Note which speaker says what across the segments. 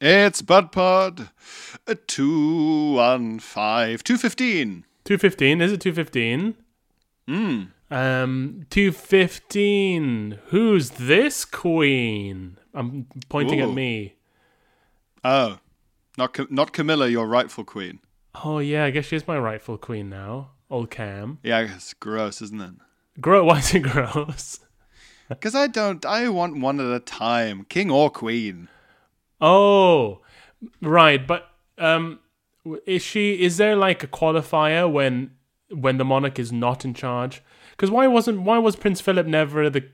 Speaker 1: It's BudPod uh, 215, 215.
Speaker 2: 215. Is it 215?
Speaker 1: Mm.
Speaker 2: Um, 215. Who's this queen? I'm pointing
Speaker 1: Ooh.
Speaker 2: at me.
Speaker 1: Oh, not, Ca- not Camilla, your rightful queen.
Speaker 2: Oh, yeah, I guess she's my rightful queen now. Old Cam.
Speaker 1: Yeah, it's gross, isn't it?
Speaker 2: Grow, why is it gross?
Speaker 1: Because I don't, I want one at a time, king or queen.
Speaker 2: Oh, right. But um, w- is she? Is there like a qualifier when when the monarch is not in charge? Because why wasn't why was Prince Philip never the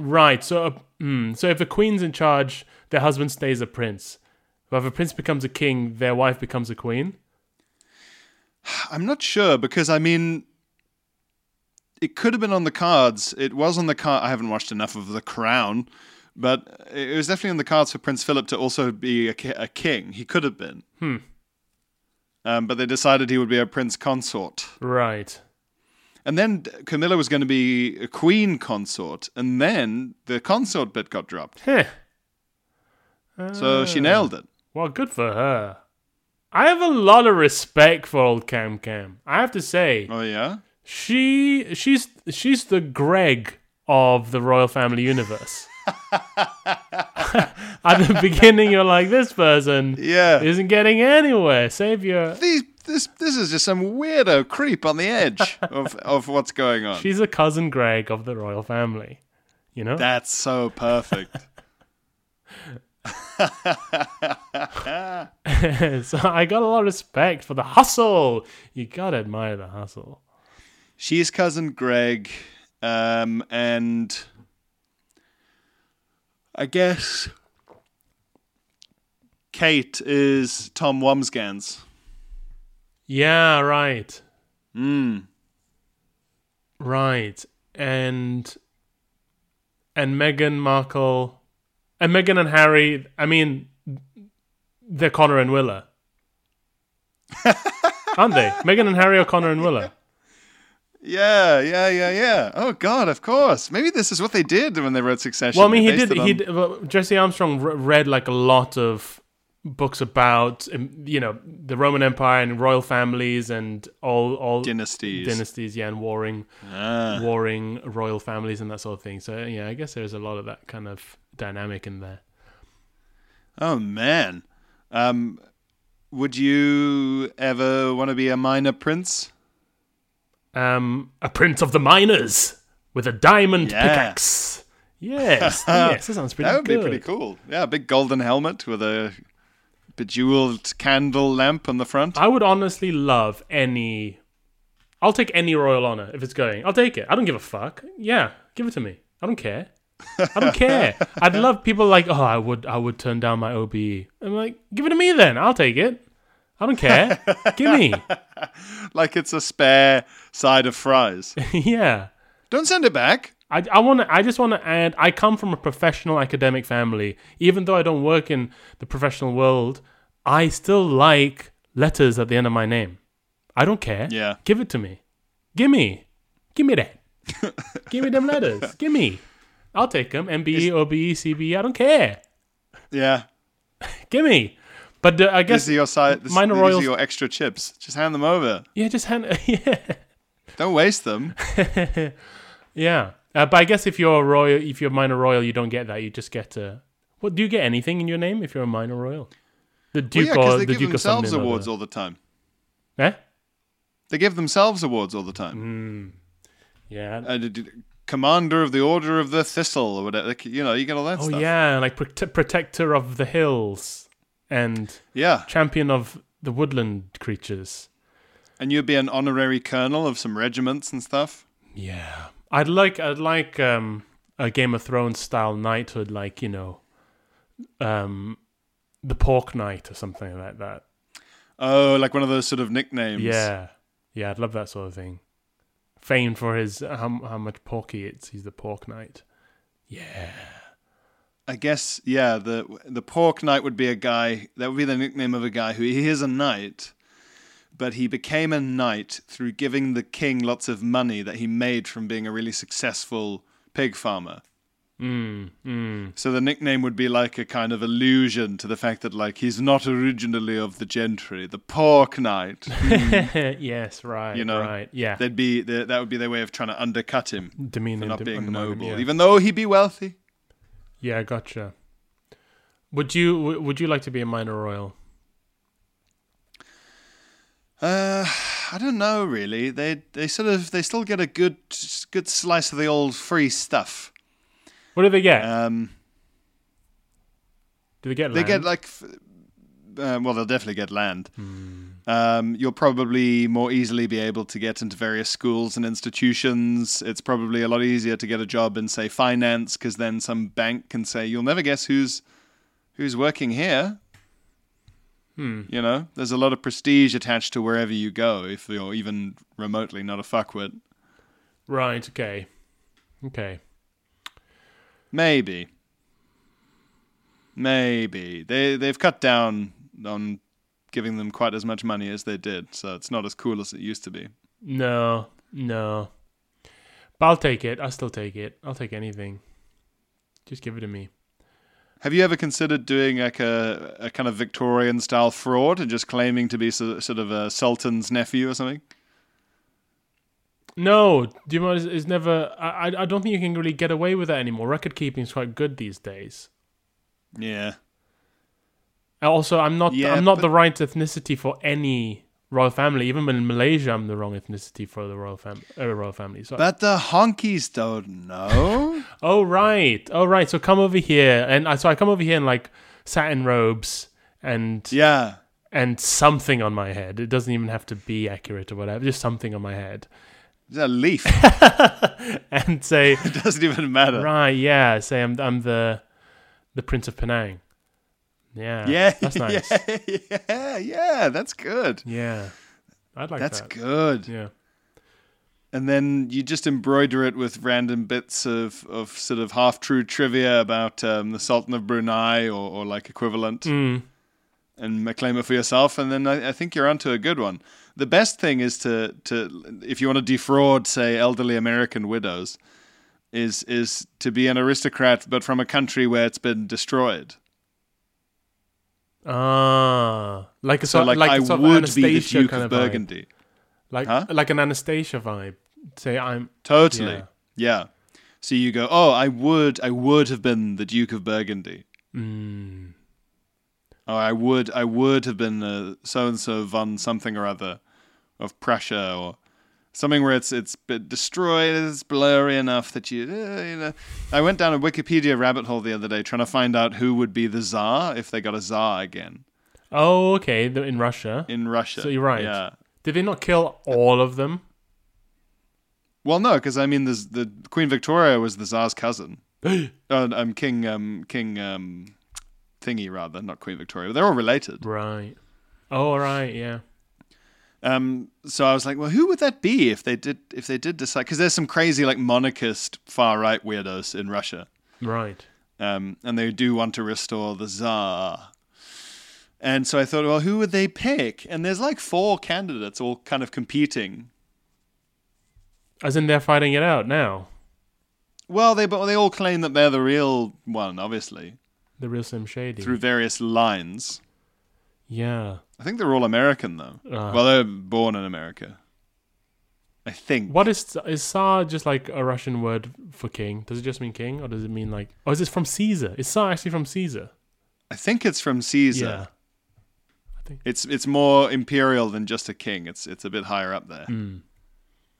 Speaker 2: right? So uh, hmm, so if a queen's in charge, their husband stays a prince. But if a prince becomes a king, their wife becomes a queen.
Speaker 1: I'm not sure because I mean, it could have been on the cards. It was on the card. I haven't watched enough of The Crown, but it was definitely on the cards for Prince Philip to also be a, ki- a king. He could have been. Hmm. Um, but they decided he would be a prince consort,
Speaker 2: Right.
Speaker 1: and then Camilla was going to be a queen consort, and then the consort bit got dropped.
Speaker 2: Heh.
Speaker 1: So she nailed it.
Speaker 2: Ah, Well, good for her. I have a lot of respect for old Cam Cam. I have to say.
Speaker 1: Oh yeah.
Speaker 2: She she's she's the Greg of the royal family universe. At the beginning, you're like, this person
Speaker 1: Yeah.
Speaker 2: isn't getting anywhere. Save your.
Speaker 1: These, this this is just some weirdo creep on the edge of, of what's going on.
Speaker 2: She's a cousin Greg of the royal family. You know.
Speaker 1: That's so perfect.
Speaker 2: so I got a lot of respect for the hustle. You gotta admire the hustle.
Speaker 1: She's cousin Greg, um, and I guess Kate is Tom Wamsgans.
Speaker 2: Yeah. Right.
Speaker 1: Mm.
Speaker 2: Right. And and Meghan Markle and Meghan and Harry, I mean they're Connor and Willa. Aren't they? Meghan and Harry are Connor and Willa.
Speaker 1: Yeah, yeah, yeah, yeah. Oh God, of course. Maybe this is what they did when they wrote Succession.
Speaker 2: Well, I mean, he
Speaker 1: They based
Speaker 2: did.
Speaker 1: it on-
Speaker 2: He did, well, Jesse Armstrong re- read like a lot of books about um, you know the Roman Empire and royal families and all all
Speaker 1: dynasties.
Speaker 2: dynasties, yeah, and warring
Speaker 1: Ah.
Speaker 2: warring royal families and that sort of thing. So yeah, I guess there's a lot of that kind of dynamic in there.
Speaker 1: Oh man, um, would you ever want to be a minor prince?
Speaker 2: um, a prince of the miners with a diamond
Speaker 1: Yeah.
Speaker 2: pickaxe. Yes, yes, that sounds pretty
Speaker 1: That would
Speaker 2: good.
Speaker 1: be pretty cool. Yeah, a big golden helmet with a bejeweled candle lamp on the front.
Speaker 2: I would honestly love any. I'll take any royal honor if it's going. I'll take it. I don't give a fuck. Yeah, give it to me. I don't care. I don't care. I'd love people like, oh, I would, I would turn down my OBE. I'm like, give it to me then. I'll take it. I don't care. give me.
Speaker 1: Like it's a spare side of fries.
Speaker 2: yeah.
Speaker 1: Don't send it back.
Speaker 2: I, I want to. I just want to add. I come from a professional academic family. Even though I don't work in the professional world, I still like letters at the end of my name. I don't care.
Speaker 1: Yeah.
Speaker 2: Give it to me. Give me. Give me that. Give me them letters. Give me. I'll take them. MBE, OBE, CBE. E, I don't care.
Speaker 1: Yeah.
Speaker 2: Give me. But uh, I
Speaker 1: These
Speaker 2: guess
Speaker 1: are your side. This,
Speaker 2: Minor
Speaker 1: these
Speaker 2: royals-
Speaker 1: are your extra chips. Just hand them over.
Speaker 2: yeah, just hand yeah.
Speaker 1: Don't waste them.
Speaker 2: Yeah, uh, but I guess if you're a royal, if you're a minor royal, you don't get that. You just get a. What do you get anything in your name if you're a minor royal? The
Speaker 1: Well,
Speaker 2: Duke
Speaker 1: yeah, because
Speaker 2: or
Speaker 1: they
Speaker 2: the
Speaker 1: give
Speaker 2: Duke of
Speaker 1: themselves
Speaker 2: something. or
Speaker 1: awards
Speaker 2: other.
Speaker 1: all the time.
Speaker 2: Eh?
Speaker 1: They give themselves awards all the time.
Speaker 2: Hmm. Yeah.
Speaker 1: Uh, d- d- Commander of the Order of the Thistle, or whatever. Like, You know, you get all that
Speaker 2: oh
Speaker 1: stuff.
Speaker 2: yeah, like prote- protector of the hills and
Speaker 1: Yeah.
Speaker 2: champion of the woodland creatures.
Speaker 1: And you'd be an honorary colonel of some regiments and stuff.
Speaker 2: Yeah, I'd like I'd like um, a Game of Thrones style knighthood, like you know, um, the Pork Knight or something like that.
Speaker 1: Oh, like one of those sort of nicknames.
Speaker 2: Yeah, yeah, I'd love that sort of thing. Famed for his how how much pork he eats. He's the pork knight.
Speaker 1: I guess yeah. The the pork knight would be a guy. That would be the nickname of a guy who he is a knight, but he became a knight through giving the king lots of money that he made from being a really successful pig farmer. So the nickname would be like a kind of allusion to the fact that like he's not originally of the gentry, the pork knight.
Speaker 2: yes, right.
Speaker 1: You know,
Speaker 2: right. Yeah.
Speaker 1: They'd be the, that would be their way of trying to undercut him
Speaker 2: Demeanor
Speaker 1: for not
Speaker 2: de-
Speaker 1: being
Speaker 2: undermining,
Speaker 1: noble,
Speaker 2: yeah.
Speaker 1: even though he be wealthy.
Speaker 2: Yeah, gotcha. Would you w- would you like to be a minor royal?
Speaker 1: Uh, I don't know really. They they sort of they still get a good good slice of the old free stuff.
Speaker 2: What do they get?
Speaker 1: Um,
Speaker 2: do they get
Speaker 1: they
Speaker 2: land?
Speaker 1: get like f- um, well, they'll definitely get land.
Speaker 2: Hmm.
Speaker 1: Um, you'll probably more easily be able to get into various schools and institutions. It's probably a lot easier to get a job in, say, finance, because then some bank can say, "You'll never guess who's who's working here."
Speaker 2: Hmm.
Speaker 1: You know, there's a lot of prestige attached to wherever you go if you're even remotely not a fuckwit.
Speaker 2: right. Okay. Okay.
Speaker 1: Maybe. Maybe. They they've cut down on giving them quite as much money as they did, so it's not as cool as it used to be.
Speaker 2: No. No. But I'll take it. I'll still take it. I'll take anything. Just give it to me.
Speaker 1: Have you ever considered doing like a, a kind of Victorian style fraud and just claiming to be so, sort of a sultan's nephew or something?
Speaker 2: No, do you know is, is never. I I- I don't think you can really get away with that anymore. Record keeping is quite good these days.
Speaker 1: Yeah.
Speaker 2: Also, I'm not
Speaker 1: Yeah,
Speaker 2: I'm not
Speaker 1: but-
Speaker 2: the right ethnicity for any royal family. Even in Malaysia, I'm the wrong ethnicity for the royal fam uh, royal family. So
Speaker 1: But the honkies don't know.
Speaker 2: oh right, oh right. So come over here, and I, so I come over here in like satin robes and
Speaker 1: yeah.
Speaker 2: and something on my head. It doesn't even have to be accurate or whatever. Just something on my head,
Speaker 1: It's a leaf.
Speaker 2: and say
Speaker 1: it doesn't even matter.
Speaker 2: right, yeah. Say I'm I'm the the Prince of Penang. Yeah,
Speaker 1: Yeah.
Speaker 2: that's nice. Yeah,
Speaker 1: Yeah, yeah, yeah, that's good.
Speaker 2: I'd like
Speaker 1: That's
Speaker 2: that.
Speaker 1: good.
Speaker 2: Yeah.
Speaker 1: and then you just embroider it with random bits of, of sort of half true trivia about um, the Sultan of Brunei or, or like equivalent,
Speaker 2: Mm. Hmm.
Speaker 1: and claim it for yourself. And then I, I think you're onto a good one. The best thing is to to if you want to defraud, say, elderly American widows, is is to be an aristocrat but from a country where it's been destroyed.
Speaker 2: Ah, like a
Speaker 1: So,
Speaker 2: sort,
Speaker 1: like,
Speaker 2: like
Speaker 1: I
Speaker 2: a sort of
Speaker 1: would be
Speaker 2: Anastasia
Speaker 1: the Duke
Speaker 2: kind
Speaker 1: of
Speaker 2: of vibe.
Speaker 1: Burgundy.
Speaker 2: like
Speaker 1: Huh?
Speaker 2: like an Anastasia vibe. Say I'm
Speaker 1: Totally.
Speaker 2: Yeah.
Speaker 1: Yeah. So you go, oh, I would, I would have been the Duke of Burgundy.
Speaker 2: Mm.
Speaker 1: Oh, I would, I would have been so and so von something or other of Prussia or something where it's it's been destroyed, it's blurry enough that you, uh, you know. I went down a Wikipedia rabbit hole the other day trying to find out who would be the Tsar if they got a Tsar again
Speaker 2: oh okay the, in Russia.
Speaker 1: in Russia.
Speaker 2: So you're right.
Speaker 1: Yeah.
Speaker 2: Did they not kill all of them?
Speaker 1: Well, no, because I mean, there's, the Queen Victoria was the Tsar's cousin. uh, um, King, um, King, um, thingy rather, not Queen Victoria. They're all related.
Speaker 2: Right. Oh right, yeah.
Speaker 1: Um, so I was like, well, who would that be if they did if they did decide? Because there's some crazy like monarchist far right weirdos in Russia,
Speaker 2: Right.
Speaker 1: um, and they do want to restore the Tsar. And so I thought, well, who would they pick? And there's like four candidates all kind of competing.
Speaker 2: As in they're fighting it out now.
Speaker 1: Well, they but they all claim that they're the real one, obviously,
Speaker 2: The real Slim Shady.
Speaker 1: through various lines.
Speaker 2: yeah.
Speaker 1: I think they're all American though.
Speaker 2: Ah.
Speaker 1: well, they're born in America. I think.
Speaker 2: What is is Tsar just like a Russian word for king? Does it just mean king, or does it mean like? Or is this from Caesar? Is Tsar actually from Caesar?
Speaker 1: I think it's from Caesar.
Speaker 2: Yeah.
Speaker 1: It's it's more imperial than just a king. It's it's a bit higher up there.
Speaker 2: Hmm.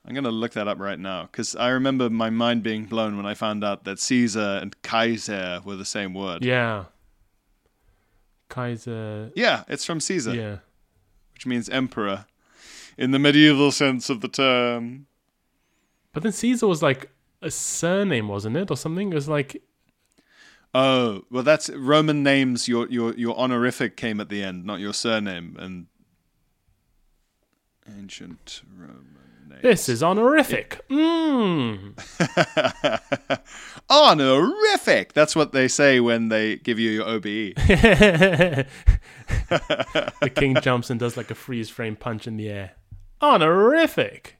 Speaker 1: I'm gonna look that up right now because I remember my mind being blown when I found out that Caesar and Kaiser were the same word.
Speaker 2: Yeah. Kaiser.
Speaker 1: Yeah, it's from Caesar,
Speaker 2: Yeah.
Speaker 1: which means emperor, in the medieval sense of the term.
Speaker 2: But then Caesar was like a surname, wasn't it, or something? It was like
Speaker 1: Oh, well, that's Roman names. Your your your honorific came at the end, not your surname. And ancient Roman name.
Speaker 2: this is honorific. Mmm.
Speaker 1: honorific. That's what they say when they give you your E. OBE.
Speaker 2: the king jumps and does like a freeze frame punch in the air. Honorific.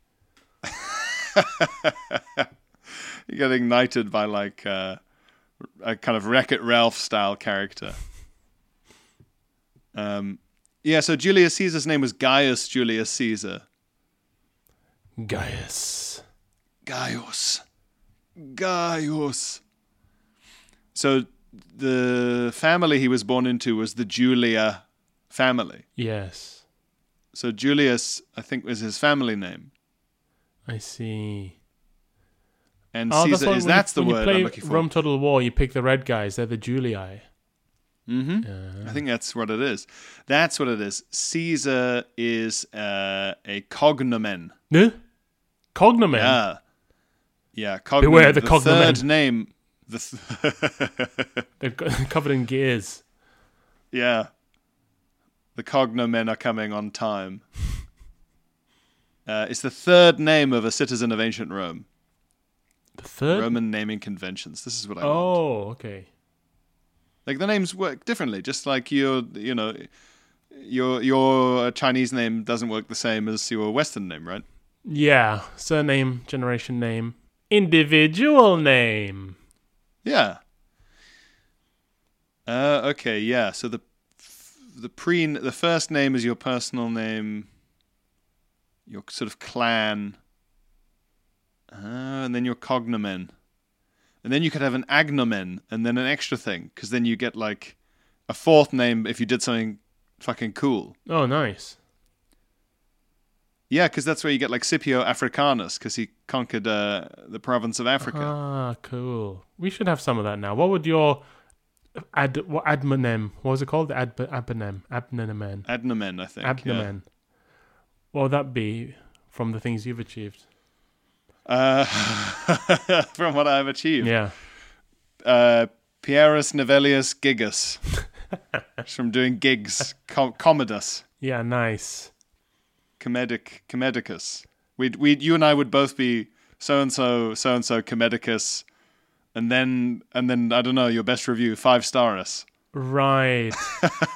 Speaker 1: you get ignited by like uh, a kind of Wreck It Ralph style character. Um, yeah, so Julius Caesar's name was Gaius Julius Caesar.
Speaker 2: Gaius.
Speaker 1: Gaius. Gaius. So the family he was born into was the Julia family.
Speaker 2: Yes.
Speaker 1: So Julius, I think, was his family name.
Speaker 2: I see.
Speaker 1: And
Speaker 2: Oh,
Speaker 1: Caesar
Speaker 2: why
Speaker 1: is
Speaker 2: when you-
Speaker 1: that's the
Speaker 2: when you
Speaker 1: word
Speaker 2: play
Speaker 1: I'm looking for.
Speaker 2: Rome Total War, you pick the red guys. They're the Julii.
Speaker 1: hmm
Speaker 2: Yeah.
Speaker 1: I think that's what it is. That's what it is. Caesar is uh, a cognomen.
Speaker 2: Huh? Cognomen.
Speaker 1: Yeah. Yeah, cognomen.
Speaker 2: Beware the
Speaker 1: third
Speaker 2: cognomen.
Speaker 1: name. The th-
Speaker 2: They're co- covered in gears.
Speaker 1: yeah. The cognomen are coming on time. Uh, it's the third name of a citizen of ancient Rome.
Speaker 2: The third.
Speaker 1: Roman naming conventions. This is what I want.
Speaker 2: Oh, okay.
Speaker 1: Like the names work differently. Just like your, you know, your your Chinese name doesn't work the same as your Western name, right?
Speaker 2: Yeah. Surname, generation name, individual name.
Speaker 1: Yeah. Uh, okay, yeah. So the the pre the first name is your personal name, your sort of clan, uh, and then your cognomen, and then you could have an agnomen, and then an extra thing, because then you get like a fourth name if you did something fucking cool.
Speaker 2: Oh, nice.
Speaker 1: Yeah, because that's where you get like Scipio Africanus, because he conquered uh, the province of Africa.
Speaker 2: Ah, cool. We should have some of that now. What would your ad what admonym? What was it called? Ad abonym abnomen
Speaker 1: Adnomen, I think. yeah.
Speaker 2: abnomen. What would that be from the things you've achieved?
Speaker 1: Uh, from what I've achieved.
Speaker 2: Yeah.
Speaker 1: uh, Pierus Novellius Gigas. It's from doing gigs. Com- Commodus.
Speaker 2: Yeah. Nice.
Speaker 1: Comedic. Comedicus. We'd, we'd, you and I would both be so and so, so and so, Comedicus. And then, and then I don't know, your best review, five starus.
Speaker 2: Right.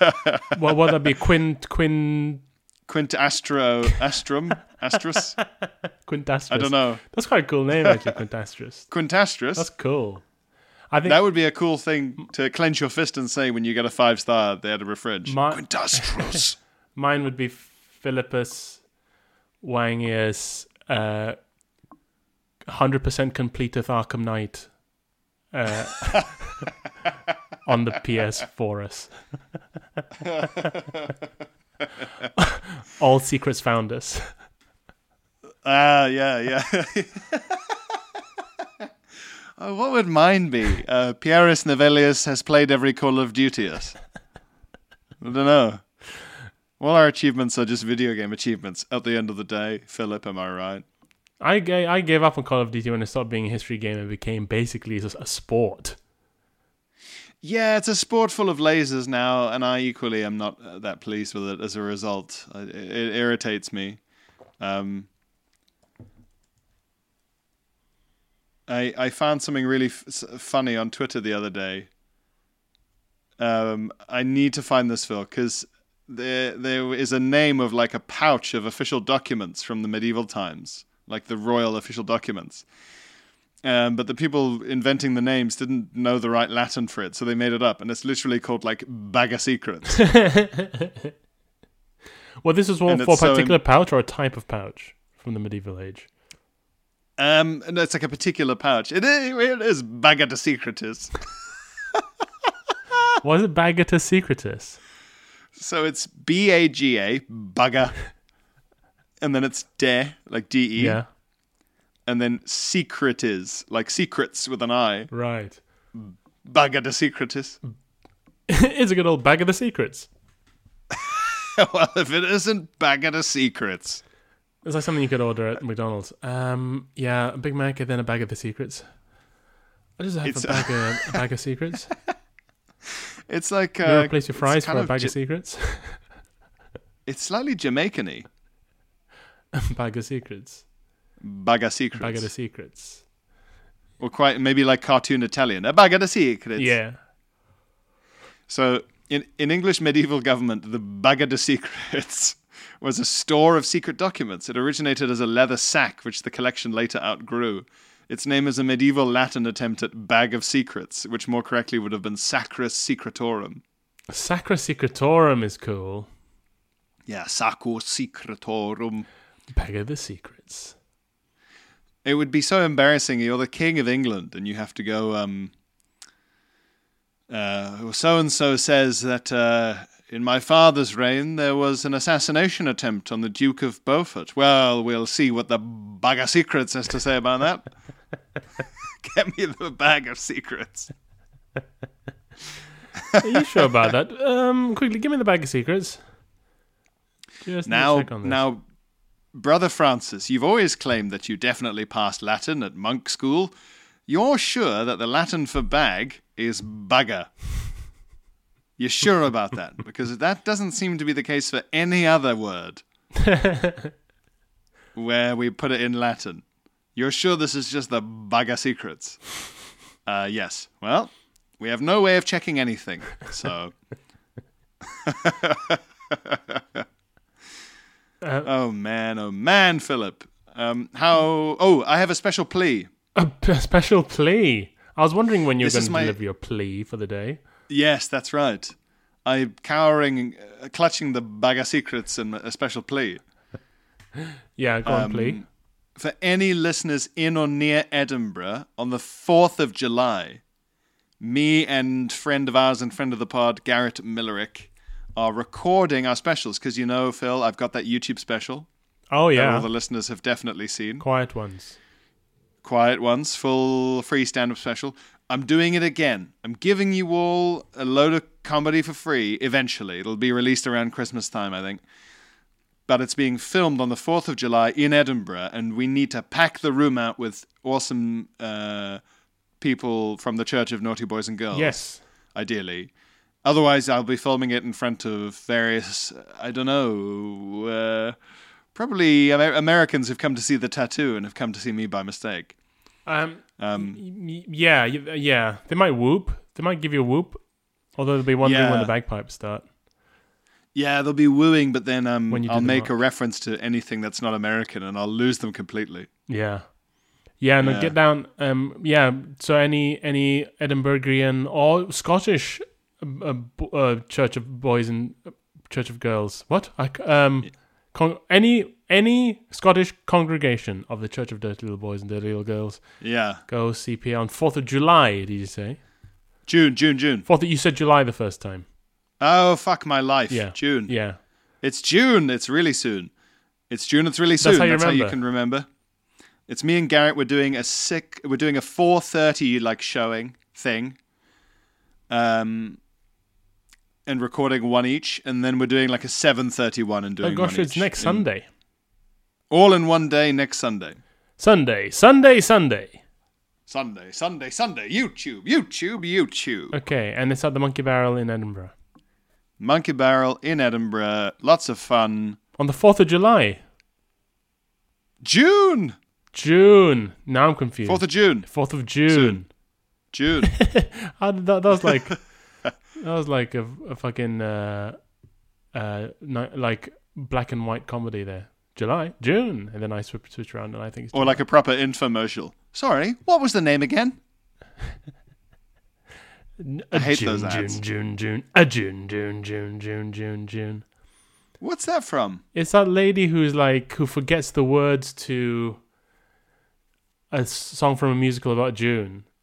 Speaker 2: well, would that be quint quint
Speaker 1: Quint Astro. Astrum? Astrus?
Speaker 2: quintastris?
Speaker 1: I don't know.
Speaker 2: That's quite a cool name, actually. quintastris.
Speaker 1: Quintastrus?
Speaker 2: That's cool. I think
Speaker 1: that would be a cool thing to clench your fist and say when you get a five star there to refridge.
Speaker 2: My-
Speaker 1: Quintastrus.
Speaker 2: Mine would be Philippus Wangius, uh, 100% completeth Arkham Knight uh, on the PS for us. All secrets found us.
Speaker 1: Ah, yeah, yeah. Uh, what would mine be? Uh, Pieris Novellius has played every Call of Duty. I don't know. All our achievements are just video game achievements at the end of the day. Philip, am I right?
Speaker 2: I, ga- I gave up on Call of Duty when it stopped being a history game and became basically just a sport.
Speaker 1: Yeah, it's a sport full of lasers now, and I equally am not uh, that pleased with it as a result. I- It, it irritates me. Um, I, I found something really f- s- funny on Twitter the other day. Um, I need to find this, Phil, because there, there is a name of like a pouch of official documents from the medieval times, like the royal official documents um, but the people inventing the names didn't know the right Latin for it, so they made it up, and it's literally called like bag of secrets.
Speaker 2: Well, this is one
Speaker 1: And
Speaker 2: for a
Speaker 1: it's so im-
Speaker 2: particular pouch or a type of pouch from the medieval age.
Speaker 1: um, and it's like a particular pouch. It is, it is bag of secretis.
Speaker 2: Was it Bagata Secretus?
Speaker 1: So it's B A G A bagger, and then it's de like D E,
Speaker 2: Yeah.
Speaker 1: and then secretis like secrets with an I.
Speaker 2: Right.
Speaker 1: Bag of secretis.
Speaker 2: it's a good old bag of the secrets.
Speaker 1: well, if it isn't bag of secrets,
Speaker 2: It's like something you could order at McDonald's. Um, yeah, a Big Mac and then a bag of the secrets. I just have
Speaker 1: It's- uh,
Speaker 2: a bag of a bag of secrets.
Speaker 1: it's like uh,
Speaker 2: Can you replace your
Speaker 1: it's
Speaker 2: fries
Speaker 1: kind
Speaker 2: for a
Speaker 1: of
Speaker 2: bag
Speaker 1: Ja-
Speaker 2: of secrets.
Speaker 1: It's slightly Jamaican-y.
Speaker 2: bag of secrets.
Speaker 1: Bag of secrets.
Speaker 2: Bag of the secrets.
Speaker 1: or quite maybe like cartoon Italian. A bag of secrets.
Speaker 2: yeah.
Speaker 1: So in in English medieval government, the bag of secrets was a store of secret documents. It originated as a leather sack, which the collection later outgrew. Its name is a medieval Latin attempt at bag of secrets, which more correctly would have been Sacrus Secretorum.
Speaker 2: Sacra Secretorum is cool.
Speaker 1: Yeah, Sacro Secretorum.
Speaker 2: Bag of the secrets.
Speaker 1: It would be so embarrassing. You're the king of England, and you have to go. Um, uh, so and so says that uh, in my father's reign there was an assassination attempt on the Duke of Beaufort. Well, we'll see what the bag of secrets has to say about that. Get me the bag of secrets.
Speaker 2: Are you sure about that? Um, quickly, give me the bag of secrets. Just need to
Speaker 1: Now,
Speaker 2: check on this.
Speaker 1: now, brother Francis, you've always claimed that you definitely passed Latin at monk school. You're sure that the Latin for bag is bugger. You're sure about that because that doesn't seem to be the case for any other word where we put it in Latin. You're sure this is just the bugger secrets? Uh, yes. Well, we have no way of checking anything, so. oh man, oh man, Philip. Um, how? Oh, I have a special plea.
Speaker 2: A p- a special plea. I was wondering when you were
Speaker 1: This
Speaker 2: going
Speaker 1: is
Speaker 2: to
Speaker 1: my-
Speaker 2: deliver your plea for the day.
Speaker 1: Yes, that's right. I'm cowering, uh, clutching the bag of secrets and a special plea.
Speaker 2: Yeah, go
Speaker 1: Um,
Speaker 2: on, plea.
Speaker 1: For any listeners in or near Edinburgh on the 4th of July, me and friend of ours and friend of the pod, Garrett Millerick, are recording our specials. Because you know, Phil, I've got that YouTube special that
Speaker 2: Oh
Speaker 1: all
Speaker 2: yeah,
Speaker 1: the listeners have definitely seen.
Speaker 2: quiet ones.
Speaker 1: Quiet Ones, full free stand up special. I'm doing it again. I'm giving you all a load of comedy for free eventually. It'll be released around Christmas time, I think. But it's being filmed on the 4th of July in Edinburgh, and we need to pack the room out with awesome uh, people from the Church of Naughty Boys and Girls
Speaker 2: Yes.
Speaker 1: ideally. Otherwise, I'll be filming it in front of various, I don't know, uh, probably Amer- Americans who've come to see the tattoo and have come to see me by mistake.
Speaker 2: Um. y- y- yeah. y- Yeah. They might whoop. They might give you a whoop. Although they'll be wondering when
Speaker 1: Yeah.
Speaker 2: the bagpipes start.
Speaker 1: Yeah, they'll be wooing, but then um,
Speaker 2: When you do
Speaker 1: I'll
Speaker 2: the
Speaker 1: make a
Speaker 2: march.
Speaker 1: reference to anything that's not American and I'll lose them completely.
Speaker 2: Yeah. Yeah, and
Speaker 1: Yeah.
Speaker 2: get down. Um, yeah. So any any Edinburghian or Scottish uh, uh, bo- uh, Church of Boys and uh, Church of Girls. What? I c um, con- any any Scottish congregation of the Church of Dirty Little Boys and Dirty Little Girls.
Speaker 1: Yeah.
Speaker 2: Go CPA on Fourth of July. Did you say
Speaker 1: June, June, June.
Speaker 2: Fourth? You said July the first time.
Speaker 1: Oh, fuck my life.
Speaker 2: Yeah.
Speaker 1: June.
Speaker 2: Yeah.
Speaker 1: It's June. It's really soon. It's June. It's really soon.
Speaker 2: how you
Speaker 1: you
Speaker 2: remember.
Speaker 1: can remember. It's me and Garrett. We're doing a sick. We're doing a four thirty like showing thing. Um, and recording one each, and then we're doing like a seven thirty one and doing.
Speaker 2: Oh gosh,
Speaker 1: one
Speaker 2: it's
Speaker 1: each
Speaker 2: next
Speaker 1: in-
Speaker 2: Sunday.
Speaker 1: All in one day next Sunday.
Speaker 2: Sunday, Sunday, Sunday.
Speaker 1: Sunday, Sunday, Sunday. YouTube, YouTube, YouTube.
Speaker 2: Okay, and it's at the Monkey Barrel in Edinburgh
Speaker 1: Monkey Barrel in Edinburgh. Lots of fun.
Speaker 2: on the fourth of July,
Speaker 1: June,
Speaker 2: June. Now I'm confused.
Speaker 1: fourth of June,
Speaker 2: Fourth of June.
Speaker 1: June.
Speaker 2: How did that, that was like that was like a, a fucking uh, uh, ni- like black and white comedy there. July, June, and then I switch, switch around, and I think it's
Speaker 1: Or like a proper infomercial. Sorry, what was the name again?
Speaker 2: June, a
Speaker 1: hate
Speaker 2: June,
Speaker 1: those ads.
Speaker 2: June, June, June, a June, June, June, June, June, June.
Speaker 1: What's that from?
Speaker 2: It's that lady who's like who forgets the words to a s- song from a musical about June.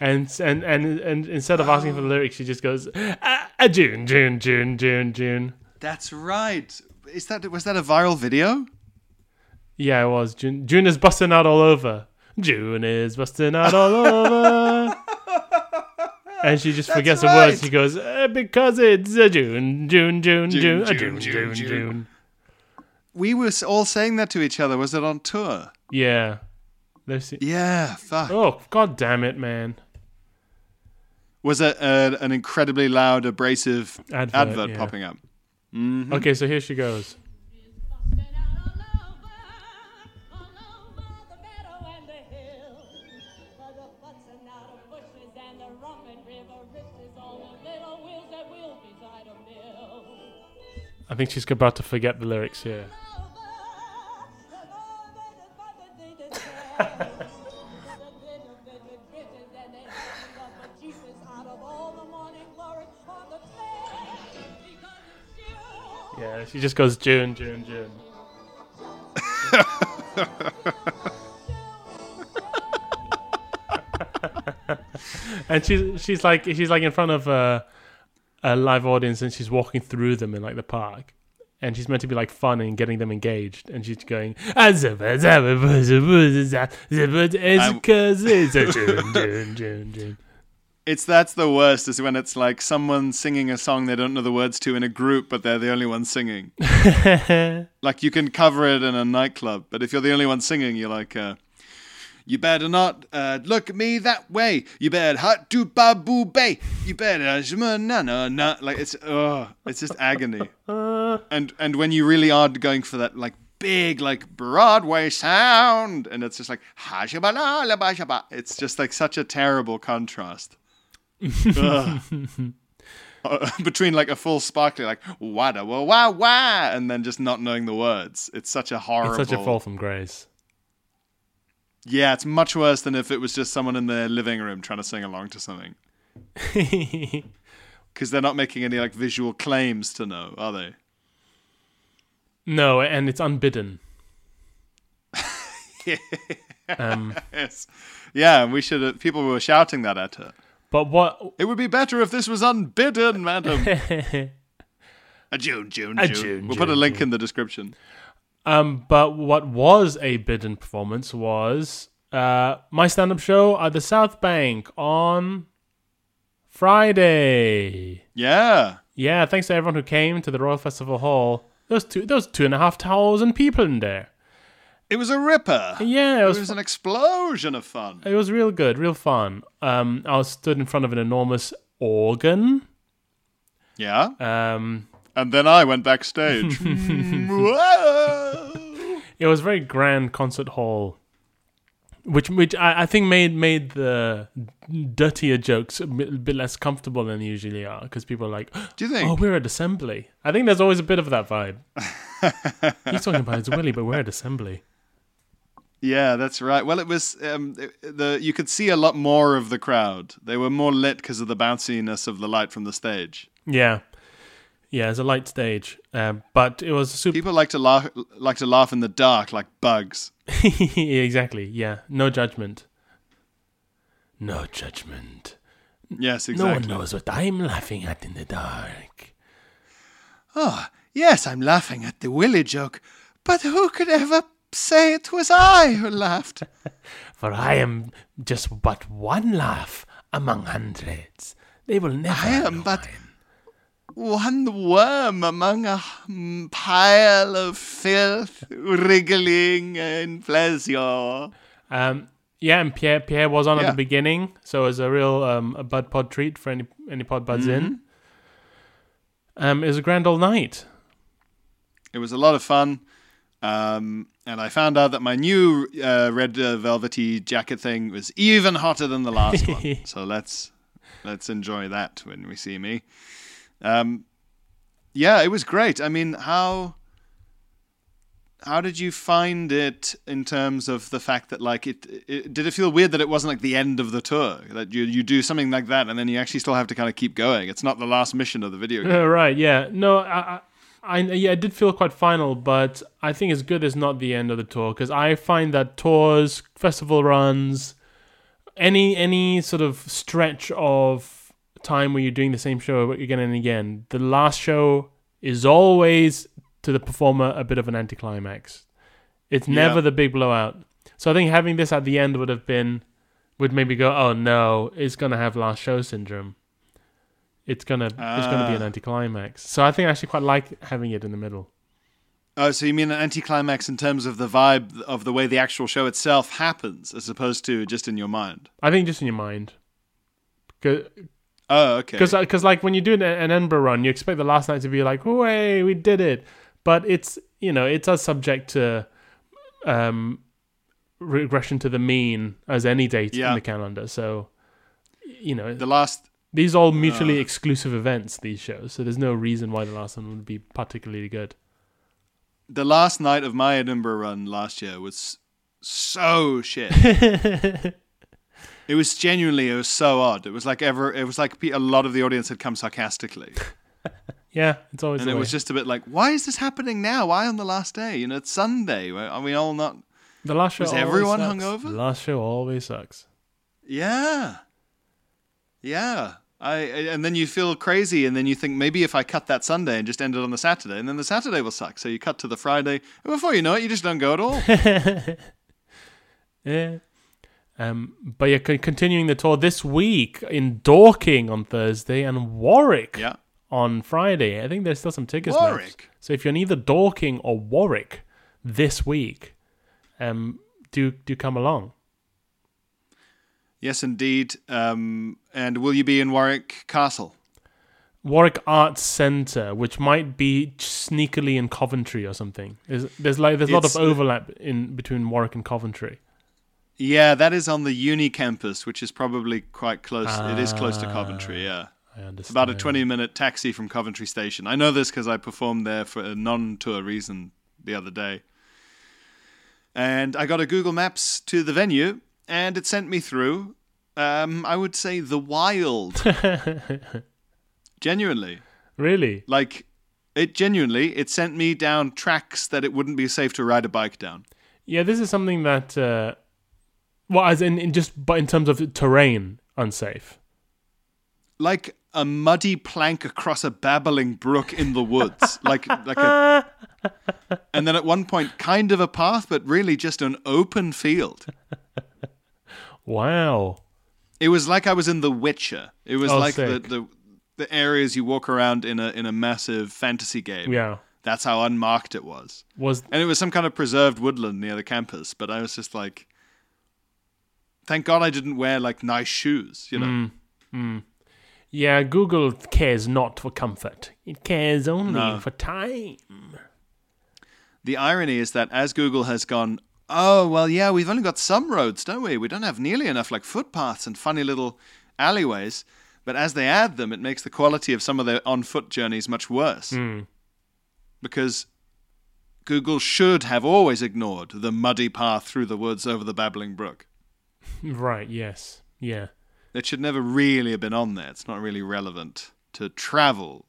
Speaker 2: And, and and and instead of asking for the lyrics, she just goes, ah, ah, June, June, June, June, June.
Speaker 1: That's right. Is that was that a viral video?
Speaker 2: Yeah, it was. June, June is busting out all over. June is busting out all over. And she just forgets the words.
Speaker 1: right.
Speaker 2: She goes, eh, because it's uh, June, June, June, June, uh,
Speaker 1: June,
Speaker 2: June,
Speaker 1: June,
Speaker 2: June,
Speaker 1: June."
Speaker 2: June.
Speaker 1: We were s- all saying that to each other. Was it on tour?
Speaker 2: Yeah. Let's see.
Speaker 1: Yeah, fuck.
Speaker 2: Oh, god damn it, man.
Speaker 1: Was it uh, an incredibly loud, abrasive advert,
Speaker 2: Advert, yeah.
Speaker 1: popping up? Mm-hmm.
Speaker 2: Okay, so here she goes.
Speaker 3: Busted out all over, all over the meadow and the hill. For the bustin' out of bushes and the rumpin' river riches on the little wheels that wheel beside a mill.
Speaker 2: I think she's about to forget the lyrics here.
Speaker 3: All over, all over the mother did it.
Speaker 2: Yeah, she just goes June, June, June. and she's she's like she's like in front of a, a live audience, and she's walking through them in like the park, and she's meant to be like fun and getting them engaged, and she's going "Ah, zaba, zaba, bu, zaba, za, zaba,
Speaker 1: I'm-
Speaker 2: is 'cause it's a June, June, June, June."
Speaker 1: It's that's the worst is when it's like someone singing a song they don't know the words to in a group, but they're the only one singing. like you can cover it in a nightclub, but if you're the only one singing, you're like, uh, you better not uh, look at me that way. You better hot do babu bay. You better shma na na na. Like it's oh, it's just agony. and and when you really are going for that like big like Broadway sound, and it's just like ha shaba la la ba shaba. It's just like such a terrible contrast. Ugh. Uh, between like a full sparkly like wada wa wa wa and then just not knowing the words it's such a horrible
Speaker 2: It's such a fall from grace.
Speaker 1: yeah it's much worse than if it was just someone in their living room trying to sing along to something because they're not making any like visual claims to know are they
Speaker 2: no, and it's unbidden.
Speaker 1: yes yeah we should have people were shouting that at her
Speaker 2: But what
Speaker 1: it would be better if this was unbidden madam a june june
Speaker 2: A
Speaker 1: june
Speaker 2: June,
Speaker 1: we'll put a
Speaker 2: June,
Speaker 1: link in the description
Speaker 2: Um, but what was a bidden performance was uh, my stand-up show at the South Bank on Friday.
Speaker 1: yeah
Speaker 2: Yeah, thanks to everyone who came to the Royal Festival Hall. Those two, those two and a half thousand people in there.
Speaker 1: it was a ripper
Speaker 2: Yeah, it
Speaker 1: it
Speaker 2: was Uh,
Speaker 1: was an explosion of fun
Speaker 2: it was real good, real fun. Um, I was stood in front of an enormous organ.
Speaker 1: yeah
Speaker 2: Um,
Speaker 1: and then i went backstage Whoa.
Speaker 2: it was a very grand concert hall, which which I, I think made made the dirtier jokes a bit, bit less comfortable than they usually are because people are like,
Speaker 1: do you think
Speaker 2: "Oh, we're at assembly." I think there's always a bit of that vibe. He's talking about his willy, but we're at assembly.
Speaker 1: Yeah, that's right. Well, it was um, it- the you could see a lot more of the crowd. They were more lit because of the bounciness of the light from the stage.
Speaker 2: Yeah, yeah, it's a light stage, um, but it was super.
Speaker 1: People like to laugh, like to laugh in the dark, like bugs.
Speaker 2: exactly. Yeah, no judgment. No judgment.
Speaker 1: Yes,
Speaker 2: No one
Speaker 1: exactly.
Speaker 2: knows what I'm laughing at in the dark.
Speaker 1: Ah, Yes, I'm laughing at the Willy joke, but who could ever say it was I who laughed?
Speaker 2: for I am just but one laugh among hundreds. They will never.
Speaker 1: I am
Speaker 2: know
Speaker 1: Um, but
Speaker 2: mine.
Speaker 1: one worm among a hum- pile of filth, wriggling in pleasure.
Speaker 2: Um, yeah, and Pierre Pierre was on at
Speaker 1: Yeah.
Speaker 2: the beginning, so it was a real um, a bud pod treat for any any pod buds in.
Speaker 1: Mm-hmm.
Speaker 2: Um, it was a grand old night.
Speaker 1: It was a lot of fun. Um, and I found out that my new uh, red uh, velvety jacket thing was even hotter than the last one. So let's let's enjoy that when we see me. Um, yeah, it was great. I mean, how how did you find it in terms of the fact that like it, it did it feel weird that it wasn't like the end of the tour that you you do something like that and then you actually still have to kind of keep going. It's not the last mission of the video game.
Speaker 2: Uh, right? Yeah. No. I, I, I yeah, it did feel quite final, but I think it's good it's not the end of the tour because I find that tours, festival runs, any any sort of stretch of time where you're doing the same show again and again, the last show is always to the performer a bit of an anticlimax. It's never the big blowout. So I think having this at the end would have been would maybe go, oh no, it's gonna have last show syndrome. It's gonna it's gonna
Speaker 1: Ah.
Speaker 2: be an anticlimax. So I think I actually quite like having it in the middle.
Speaker 1: Oh, so you mean an anticlimax in terms of the vibe of the way the actual show itself happens, as opposed to just in your mind?
Speaker 2: I think just in your mind. Because,
Speaker 1: Oh, okay.
Speaker 2: because, like when you do an, an Edinburgh run, you expect the last night to be like, "Way, we did it," but it's you know it's as subject to um, regression to the mean as any date
Speaker 1: Yeah.
Speaker 2: in the calendar. So you know
Speaker 1: the Ah. last,
Speaker 2: these are all mutually exclusive events. These shows, so there's no reason why the last one would be particularly good.
Speaker 1: the last night of my Edinburgh run last year was so shit. it was genuinely, it was so odd. It was like ever, it was like pe- a lot of the audience had come sarcastically.
Speaker 2: Yeah, it's always.
Speaker 1: and
Speaker 2: the
Speaker 1: it
Speaker 2: way.
Speaker 1: was just a bit like, why is this happening now? Why on the last day? You know, it's Sunday. Why- Are we all not?
Speaker 2: the last show.
Speaker 1: was
Speaker 2: always
Speaker 1: everyone
Speaker 2: sucks.
Speaker 1: hungover?
Speaker 2: The last show always sucks.
Speaker 1: Yeah, yeah. I I- and then you feel crazy, and then you think maybe if I cut that Sunday and just end it on the Saturday, and then the Saturday will suck. So you cut to the Friday, and before you know it, you just don't go at all.
Speaker 2: Yeah. Um, but yeah, con- continuing the tour this week in Dorking on Thursday and Warwick
Speaker 1: yeah,
Speaker 2: on Friday. I think there's still some tickets left.
Speaker 1: Warwick?
Speaker 2: So if you're neither Dorking or Warwick this week, um, do do come along.
Speaker 1: yes, indeed. Um, and will you be in Warwick Castle?
Speaker 2: Warwick Arts Centre, which might be sneakily in Coventry or something. Is there's like there's a lot of
Speaker 1: It's-
Speaker 2: overlap in between Warwick and Coventry.
Speaker 1: Yeah, that is on the uni campus, which is probably quite close. it is close to Coventry. Yeah.
Speaker 2: I understand.
Speaker 1: About a 20 minute taxi from Coventry Station. I know this because I performed there for a non tour reason the other day. And I got a Google Maps to the venue and it sent me through, um, I would say, the wild. genuinely.
Speaker 2: really?
Speaker 1: Like, it genuinely, it sent me down tracks that it wouldn't be safe to ride a bike down.
Speaker 2: Yeah, this is something that uh, well, as in, in just but in terms of terrain, unsafe.
Speaker 1: Like a muddy plank across a babbling brook in the woods. like, like a and then at one point kind of a path but really just an open field
Speaker 2: Wow.
Speaker 1: it was like i was in the witcher it was
Speaker 2: Oh,
Speaker 1: like the,
Speaker 2: sick.
Speaker 1: the the areas you walk around in a in a massive fantasy game
Speaker 2: Yeah.
Speaker 1: that's how unmarked it was
Speaker 2: Was
Speaker 1: and it was some kind of preserved woodland near the campus but i was just like thank god i didn't wear like nice shoes you know
Speaker 2: Mm. yeah, Google cares not for comfort. It cares only
Speaker 1: No.
Speaker 2: for time.
Speaker 1: the irony is that as google has gone oh well yeah we've only got some roads don't we we don't have nearly enough like footpaths and funny little alleyways but as they add them it makes the quality of some of their on foot journeys much worse
Speaker 2: Hmm. Mm.
Speaker 1: because google should have always ignored the muddy path through the woods over the babbling brook
Speaker 2: Right, yes. Yeah.
Speaker 1: it should never really have been on there it's not really relevant to travel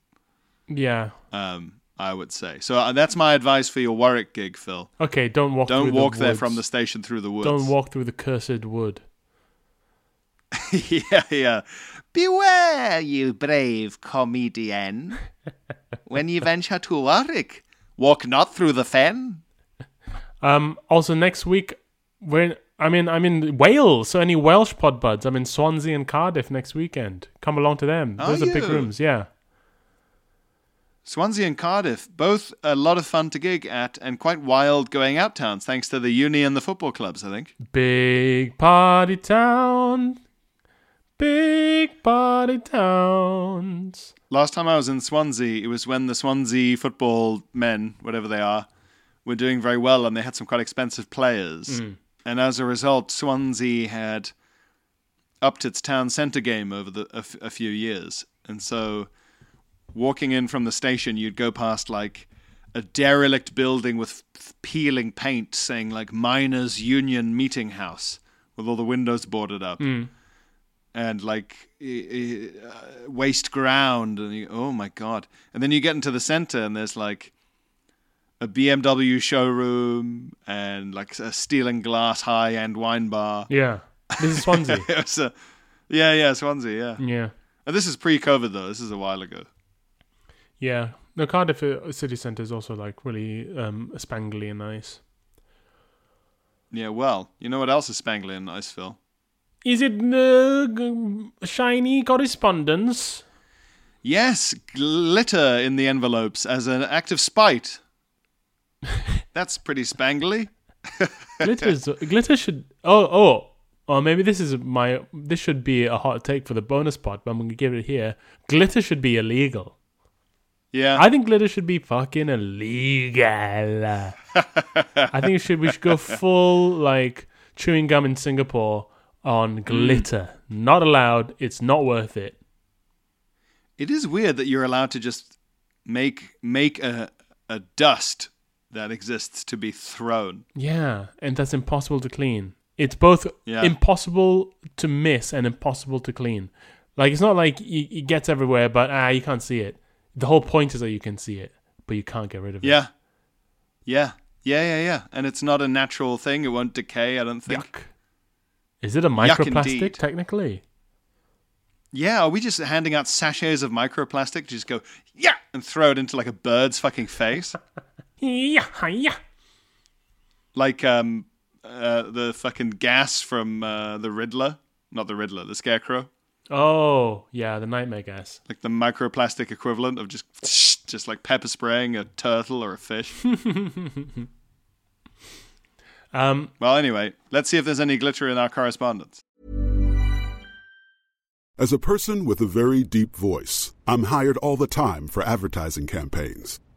Speaker 2: Yeah.
Speaker 1: um, i would say so uh, that's my advice for your warwick gig phil
Speaker 2: Okay, don't walk
Speaker 1: don't
Speaker 2: through
Speaker 1: walk
Speaker 2: the
Speaker 1: there
Speaker 2: woods.
Speaker 1: from the station through the woods
Speaker 2: Don't walk through the cursed wood.
Speaker 1: yeah, yeah. Beware, you brave comedian. when ye venture to Warwick, walk not through the fen.
Speaker 2: Um, also next week, we're I'm in I'm in Wales, so any Welsh pod buds. I'm in Swansea and Cardiff next weekend. Come along to them.
Speaker 1: Are
Speaker 2: Those are big
Speaker 1: you?
Speaker 2: rooms. Yeah,
Speaker 1: Swansea and Cardiff, both a lot of fun to gig at and quite wild going out towns, thanks to the uni and the football clubs, I think.
Speaker 2: big party town, big party towns.
Speaker 1: Last time I was in Swansea, it was when the Swansea football men, whatever they are, were doing very well and they had some quite expensive players. And as a result, Swansea had upped its town centre game over the, a, f- a few years. And so walking in from the station, you'd go past like a derelict building with f- peeling paint saying like Miners Union Meeting House with all the windows boarded up and like i- i- uh, waste ground and you, oh my god and then you get into the center and there's like a BMW showroom and like a steel and glass high end wine bar
Speaker 2: Yeah, this is Swansea.
Speaker 1: It was a- yeah yeah Swansea yeah
Speaker 2: yeah,
Speaker 1: and this is pre covid though this is a while ago
Speaker 2: yeah. No, Cardiff uh, city centre is also like really um, spangly and nice.
Speaker 1: yeah well you know what else is spangly and nice Phil
Speaker 2: Is it uh, g- shiny correspondence?
Speaker 1: yes glitter in the envelopes as an act of spite that's pretty spangly
Speaker 2: Glitter's, glitter should. Oh, oh, oh. Maybe this is my. This should be a hot take for the bonus part, but I'm gonna give it here. Glitter should be illegal.
Speaker 1: yeah
Speaker 2: I think glitter should be fucking illegal. I think it should. We should go full like chewing gum in Singapore on
Speaker 1: Mm.
Speaker 2: glitter. Not allowed. It's not worth it.
Speaker 1: It is weird that you're allowed to just make make a a dust that exists to be thrown.
Speaker 2: Yeah, and that's impossible to clean. It's both
Speaker 1: Yeah.
Speaker 2: impossible to miss and impossible to clean. Like it's not like y- it gets everywhere, but ah, you can't see it. The whole point is that you can see it, but you can't get rid of it.
Speaker 1: Yeah. Yeah. Yeah, yeah, yeah. And it's not a natural thing. It won't decay, I don't think.
Speaker 2: Yuck. Is it a
Speaker 1: indeed.
Speaker 2: microplastic technically?
Speaker 1: Yeah, are we just handing out sachets of microplastic? Just go, yeah, and throw it into like a bird's fucking face?
Speaker 2: Yeah, yeah.
Speaker 1: like um, uh, the fucking gas from uh, the Riddler. Not the Riddler, the Scarecrow.
Speaker 2: Oh, yeah, the nightmare gas.
Speaker 1: Like the microplastic equivalent of just just like pepper spraying a turtle or a fish.
Speaker 2: Um,
Speaker 1: well, anyway, let's see if there's any glitter in our correspondence.
Speaker 4: As a person with a very deep voice, I'm hired all the time for advertising campaigns.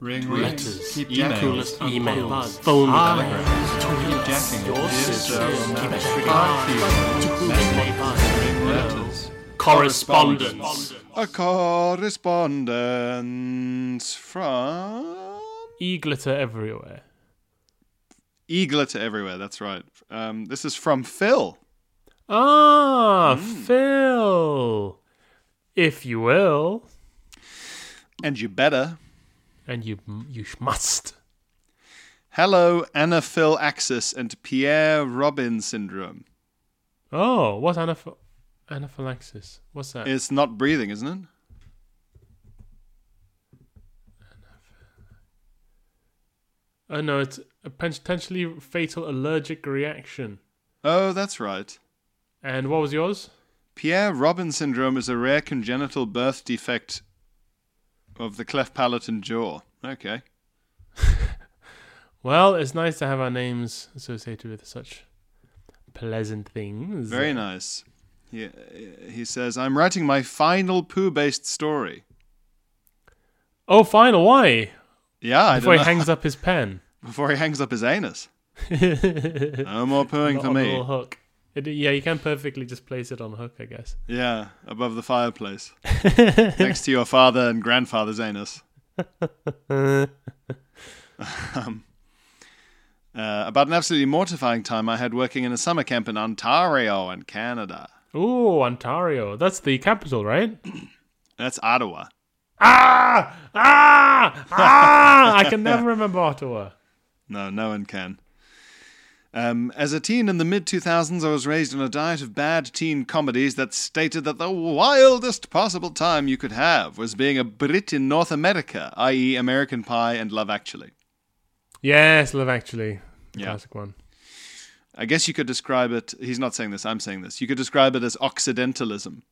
Speaker 1: Ring
Speaker 5: Letters,
Speaker 1: keep
Speaker 5: emails, emails,
Speaker 2: phone
Speaker 5: phone
Speaker 2: calls,
Speaker 5: calls, tweets, your sisters, keep a correspondence.
Speaker 1: A correspondence from
Speaker 2: e glitter everywhere.
Speaker 1: Eager to everywhere. That's right. Um, this is from Phil.
Speaker 2: Ah, Phil, if you will,
Speaker 1: And you better.
Speaker 2: and you you sh- must.
Speaker 1: Hello, anaphylaxis and Pierre Robin syndrome.
Speaker 2: Oh, what's anaph- anaphylaxis? What's that?
Speaker 1: It's not breathing, isn't it?
Speaker 2: oh no, it's a potentially fatal allergic reaction.
Speaker 1: Oh, that's right.
Speaker 2: And what was yours?
Speaker 1: Pierre Robin syndrome is a rare congenital birth defect of the cleft palate and jaw. Okay.
Speaker 2: Well, it's nice to have our names associated with such pleasant things.
Speaker 1: Very nice. He, he says, I'm writing my final poo based story.
Speaker 2: Oh, final. Why?
Speaker 1: Yeah, I
Speaker 2: Before
Speaker 1: don't
Speaker 2: he
Speaker 1: know.
Speaker 2: hangs up his pen.
Speaker 1: Before he hangs up his anus.
Speaker 2: Not
Speaker 1: No more pooing for
Speaker 2: on a
Speaker 1: me.
Speaker 2: little hook. It- yeah, you can perfectly just place it on a hook, I guess.
Speaker 1: Yeah, above the fireplace. Next to your father and grandfather's anus. um, uh, about an absolutely mortifying time I had working in a summer camp in Ontario in Canada.
Speaker 2: Ooh, Ontario. That's the capital, right?
Speaker 1: That's Ottawa.
Speaker 2: ah! Ah! Ah! I can never remember Ottawa.
Speaker 1: No, no one can. Um, as a teen in the mid 2000s, I was raised on a diet of bad teen comedies that stated that the wildest possible time you could have was being a Brit in North America, i.e., American Pie and Love Actually.
Speaker 2: Yes, Love Actually. The
Speaker 1: Yeah.
Speaker 2: Classic one.
Speaker 1: I guess you could describe it. He's not saying this, I'm saying this. You could describe it as Occidentalism.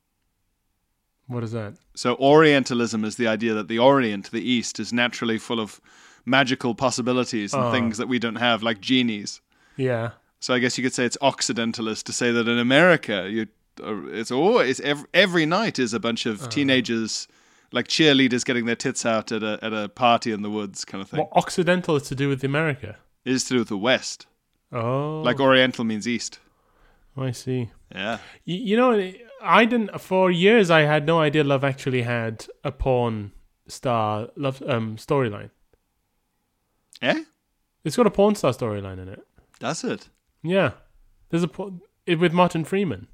Speaker 2: What is that?
Speaker 1: So, Orientalism is the idea that the Orient, the East, is naturally full of magical possibilities and things that we don't have, like genies.
Speaker 2: Yeah.
Speaker 1: So I guess you could say it's occidentalist to say that in America, you uh, it's always every, every night is a bunch of teenagers, like cheerleaders, getting their tits out at a at a party in the woods kind of thing.
Speaker 2: What Occidental is to do with America?
Speaker 1: It is to do with the West,
Speaker 2: Oh,
Speaker 1: like Oriental means East.
Speaker 2: I see.
Speaker 1: Yeah,
Speaker 2: Y- You know, I didn't. For years, I had no idea Love Actually had a porn star love um storyline.
Speaker 1: eh?
Speaker 2: It's got a porn star storyline in it.
Speaker 1: Does it?
Speaker 2: Yeah, there's a por- it with Martin Freeman.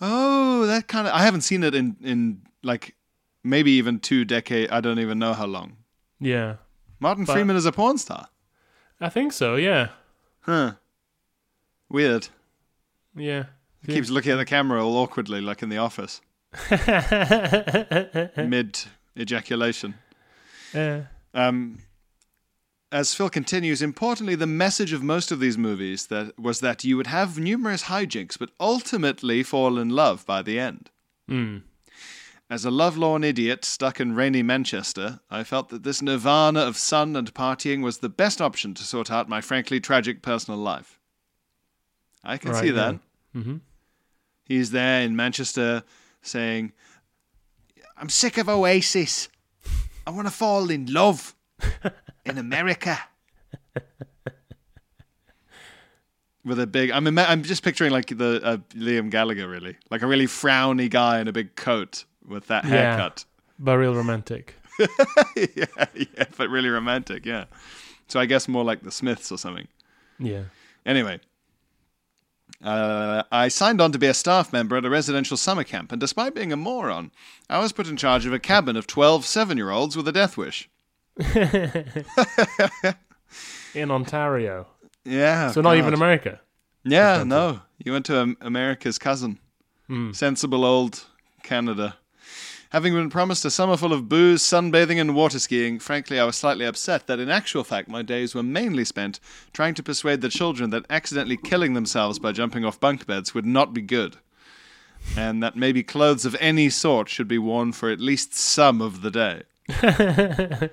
Speaker 1: Oh, that kind of. I haven't seen it in in like maybe even two decade. I don't even know how long.
Speaker 2: Yeah,
Speaker 1: Martin
Speaker 2: But-
Speaker 1: Freeman is a porn star.
Speaker 2: I think so. Yeah,
Speaker 1: Huh. Weird.
Speaker 2: yeah.
Speaker 1: He keeps looking at the camera all awkwardly, like in the office,
Speaker 2: yeah.
Speaker 1: mid ejaculation.
Speaker 2: Yeah.
Speaker 1: Um, As Phil continues, importantly, the message of most of these movies that was that you would have numerous hijinks, but ultimately fall in love by the end.
Speaker 2: Hmm.
Speaker 1: As a lovelorn idiot stuck in rainy Manchester, I felt that this nirvana of sun and partying was the best option to sort out my frankly tragic personal life. I can
Speaker 2: Right,
Speaker 1: see
Speaker 2: yeah.
Speaker 1: that.
Speaker 2: Mhm.
Speaker 1: He's there in Manchester saying, I'm sick of Oasis. I want to fall in love in America. With a big, I'm, ima- I'm just picturing like the uh, Liam Gallagher, really, like a really frowny guy in a big coat with that haircut.
Speaker 2: But real romantic.
Speaker 1: yeah, yeah, but really romantic, yeah. So I guess more like the Smiths or something.
Speaker 2: Yeah.
Speaker 1: Anyway, uh, I signed on to be a staff member at a residential summer camp, and despite being a moron, I was put in charge of a cabin of 12 seven year olds with a death wish.
Speaker 2: In Ontario.
Speaker 1: Yeah.
Speaker 2: So not
Speaker 1: God.
Speaker 2: even America.
Speaker 1: Yeah, no. You went to um, America's cousin. Sensible old Canada. Having been promised a summer full of booze, sunbathing, and water skiing, frankly, I was slightly upset that in actual fact my days were mainly spent trying to persuade the children that accidentally killing themselves by jumping off bunk beds would not be good, and that maybe clothes of any sort should be worn for at least some of the day.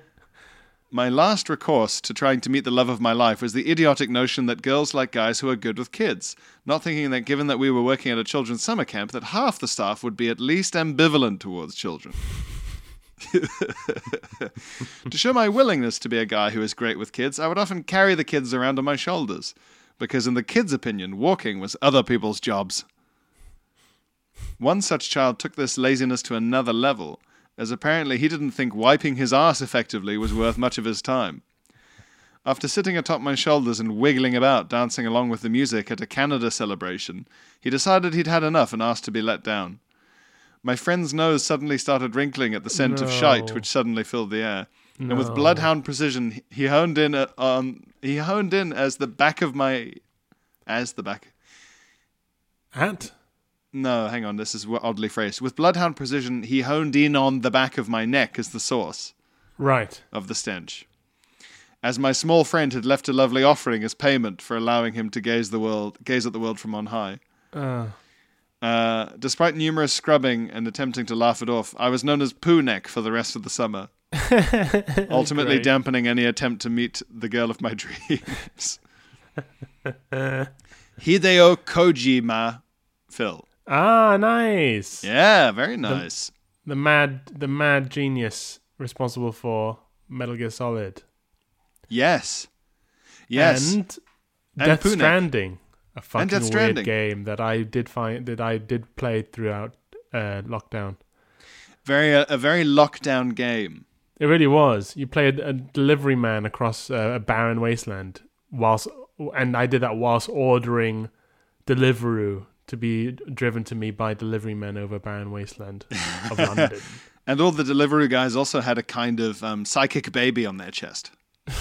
Speaker 1: My last recourse to trying to meet the love of my life was the idiotic notion that girls like guys who are good with kids, not thinking that given that we were working at a children's summer camp, that half the staff would be at least ambivalent towards children. to show my willingness to be a guy who is great with kids, I would often carry the kids around on my shoulders, because in the kids' opinion, walking was other people's jobs. One such child took this laziness to another level, as apparently he didn't think wiping his ass effectively was worth much of his time. After sitting atop my shoulders and wiggling about, dancing along with the music at a Canada celebration, he decided he'd had enough and asked to be let down. My friend's nose suddenly started wrinkling at the scent of shite
Speaker 2: No.
Speaker 1: which suddenly filled the air. And with bloodhound precision, he honed in uh, on he honed in as the back of my as the back
Speaker 2: At?
Speaker 1: no, hang on. This is w- oddly phrased. With bloodhound precision, he honed in on the back of my neck as the source
Speaker 2: Right.
Speaker 1: of the stench. As my small friend had left a lovely offering as payment for allowing him to gaze the world, gaze at the world from on high.
Speaker 2: Uh,
Speaker 1: Uh, despite numerous scrubbing and attempting to laugh it off, I was known as Pooh Neck for the rest of the summer, ultimately
Speaker 2: Great.
Speaker 1: dampening any attempt to meet the girl of my dreams. Hideo Kojima, Phil.
Speaker 2: ah, nice.
Speaker 1: Yeah, very nice.
Speaker 2: The mad the mad genius responsible for Metal Gear Solid.
Speaker 1: Yes. Yes.
Speaker 2: And, Death
Speaker 1: Pune.
Speaker 2: Stranding. A fucking
Speaker 1: Death Stranding.
Speaker 2: weird game that I did find that I did play throughout uh, lockdown.
Speaker 1: very a, a very lockdown game.
Speaker 2: It really was. You played a delivery man across uh, a barren wasteland, whilst and I did that whilst ordering Deliveroo to be driven to me by delivery men over barren wasteland of London.
Speaker 1: And all the delivery guys also had a kind of um, psychic baby on their chest.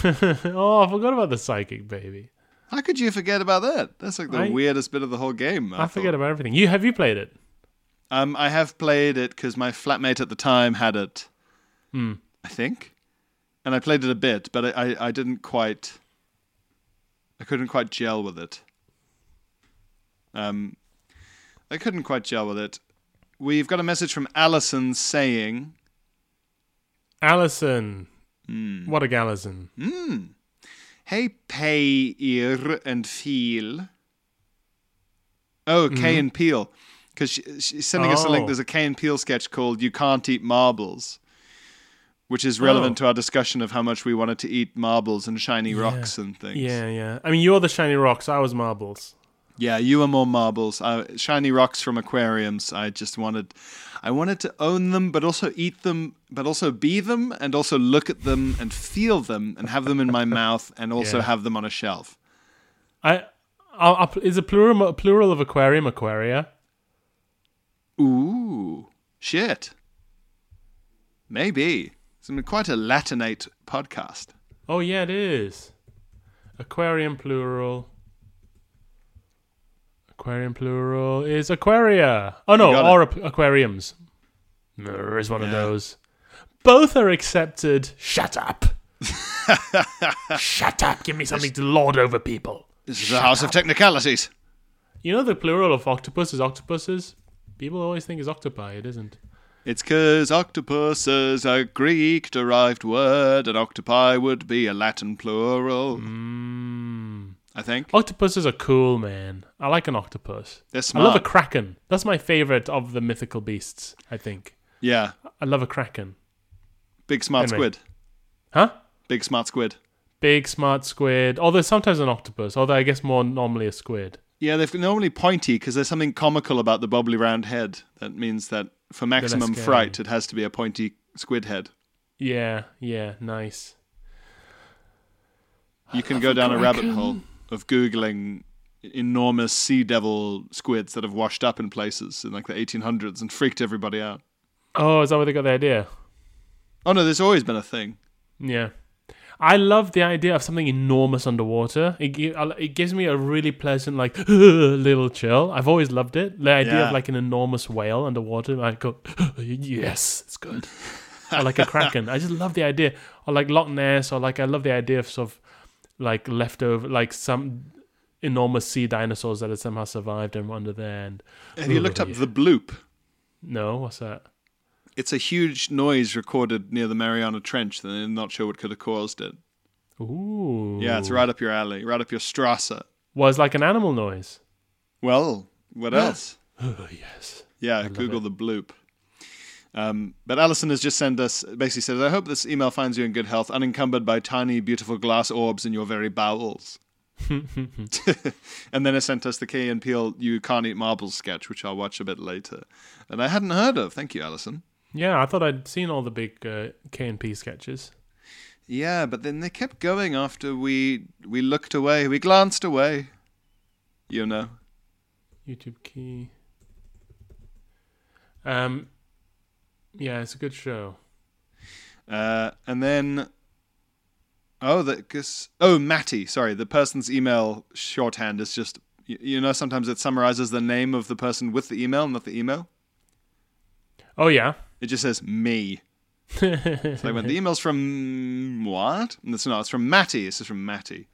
Speaker 2: oh, I forgot about the psychic baby.
Speaker 1: How could you forget about that? That's like the
Speaker 2: I-
Speaker 1: weirdest bit of the whole game. I,
Speaker 2: I forget
Speaker 1: thought.
Speaker 2: about everything. You have you played it?
Speaker 1: Um, I have played it because my flatmate at the time had it. I think, and I played it a bit, but I, I, I didn't quite. I couldn't quite gel with it. Um, I couldn't quite gel with it. We've got a message from Allison saying.
Speaker 2: Allison.
Speaker 1: Hmm.
Speaker 2: What a Gallison.
Speaker 1: Hey, Peir and Feel. Oh, Kay and Peel. Because she, she's sending us a link.
Speaker 2: Mm-hmm. Oh.
Speaker 1: There's a Kay and Peel sketch called You Can't Eat Marbles, which is relevant
Speaker 2: Oh.
Speaker 1: to our discussion of how much we wanted to eat marbles and shiny rocks and things.
Speaker 2: Yeah, yeah. I mean, you're the shiny rocks. I was marbles.
Speaker 1: Yeah, you were more marbles. Uh, shiny rocks from aquariums. I just wanted. I wanted to own them, but also eat them, but also be them, and also look at them and feel them and have them in my mouth and also
Speaker 2: Yeah.
Speaker 1: have them on a shelf.
Speaker 2: I, I, I is a plural a plural of aquarium aquaria.
Speaker 1: Ooh, shit. Maybe. It's gonna be quite a Latinate podcast.
Speaker 2: Oh yeah, it is. Aquarium plural. Aquarium plural is aquaria. Oh no,
Speaker 1: You got
Speaker 2: or aqu- aquariums. There is one of those. Both are accepted. Shut up. Shut up! Give me something to lord over people.
Speaker 1: This is a house of technicalities.
Speaker 2: You know the plural of octopus is octopuses. People always think it's octopi. It isn't.
Speaker 1: It's 'cause octopus is a Greek derived word, and octopi would be a Latin plural. I think.
Speaker 2: Octopuses are cool, man. I like an octopus.
Speaker 1: They're
Speaker 2: I love a
Speaker 1: smart.
Speaker 2: kraken. That's my favorite of the mythical beasts. I think
Speaker 1: Yeah.
Speaker 2: I love a kraken.
Speaker 1: Big smart
Speaker 2: Anyway.
Speaker 1: squid.
Speaker 2: Huh?
Speaker 1: Big smart squid.
Speaker 2: Big smart squid. Although sometimes an octopus. Although I guess more normally a squid.
Speaker 1: Yeah, they're normally pointy because there's something comical about the bobbly round head. That means that for maximum
Speaker 2: scary.
Speaker 1: fright, it has to be a pointy squid head.
Speaker 2: Yeah. Yeah. Nice.
Speaker 1: You can go down a rabbit hole of googling enormous sea devil squids that have washed up in places in like the 1800s and freaked everybody out.
Speaker 2: Oh, is that where they got the idea?
Speaker 1: Oh no, there's always been a thing.
Speaker 2: Yeah. I love the idea of something enormous underwater. It, gi- I- it gives me a really pleasant, like, little chill. I've always loved it. The idea
Speaker 1: Yeah.
Speaker 2: of like an enormous whale underwater. I go, yes, it's good. or like a kraken. I just love the idea. Or like Loch Ness. Or like I love the idea of sort of like leftover, like some enormous sea dinosaurs that had somehow survived and were under there. And
Speaker 1: Have you looked up the bloop?
Speaker 2: no, what's that?
Speaker 1: It's a huge noise recorded near the Mariana Trench. and They're not sure what could have caused it.
Speaker 2: Ooh.
Speaker 1: Yeah, it's right up your alley, right up your strasse.
Speaker 2: Was like an animal noise.
Speaker 1: Well, what else?
Speaker 2: Oh, yes.
Speaker 1: Yeah, Google the bloop. Um, but Alison has just sent us basically says, I hope this email finds you in good health, unencumbered by tiny, beautiful glass orbs in your very bowels. and then it sent us the Key and Peele You Can't Eat Marbles sketch, which I'll watch a bit later. And I hadn't heard of. Thank you, Alison.
Speaker 2: Yeah, I thought I'd seen all the big uh, K and P sketches.
Speaker 1: Yeah, but then they kept going after we we looked away, we glanced away. You know.
Speaker 2: YouTube key. Um, yeah, it's a good show.
Speaker 1: Uh, and then, oh, that cause, oh Matty, sorry, the person's email shorthand is just you, you know sometimes it summarizes the name of the person with the email, not the email.
Speaker 2: Oh yeah,
Speaker 1: It just says me. so I went, the email's from what? And it's not, it's from Matty. This is from Matty.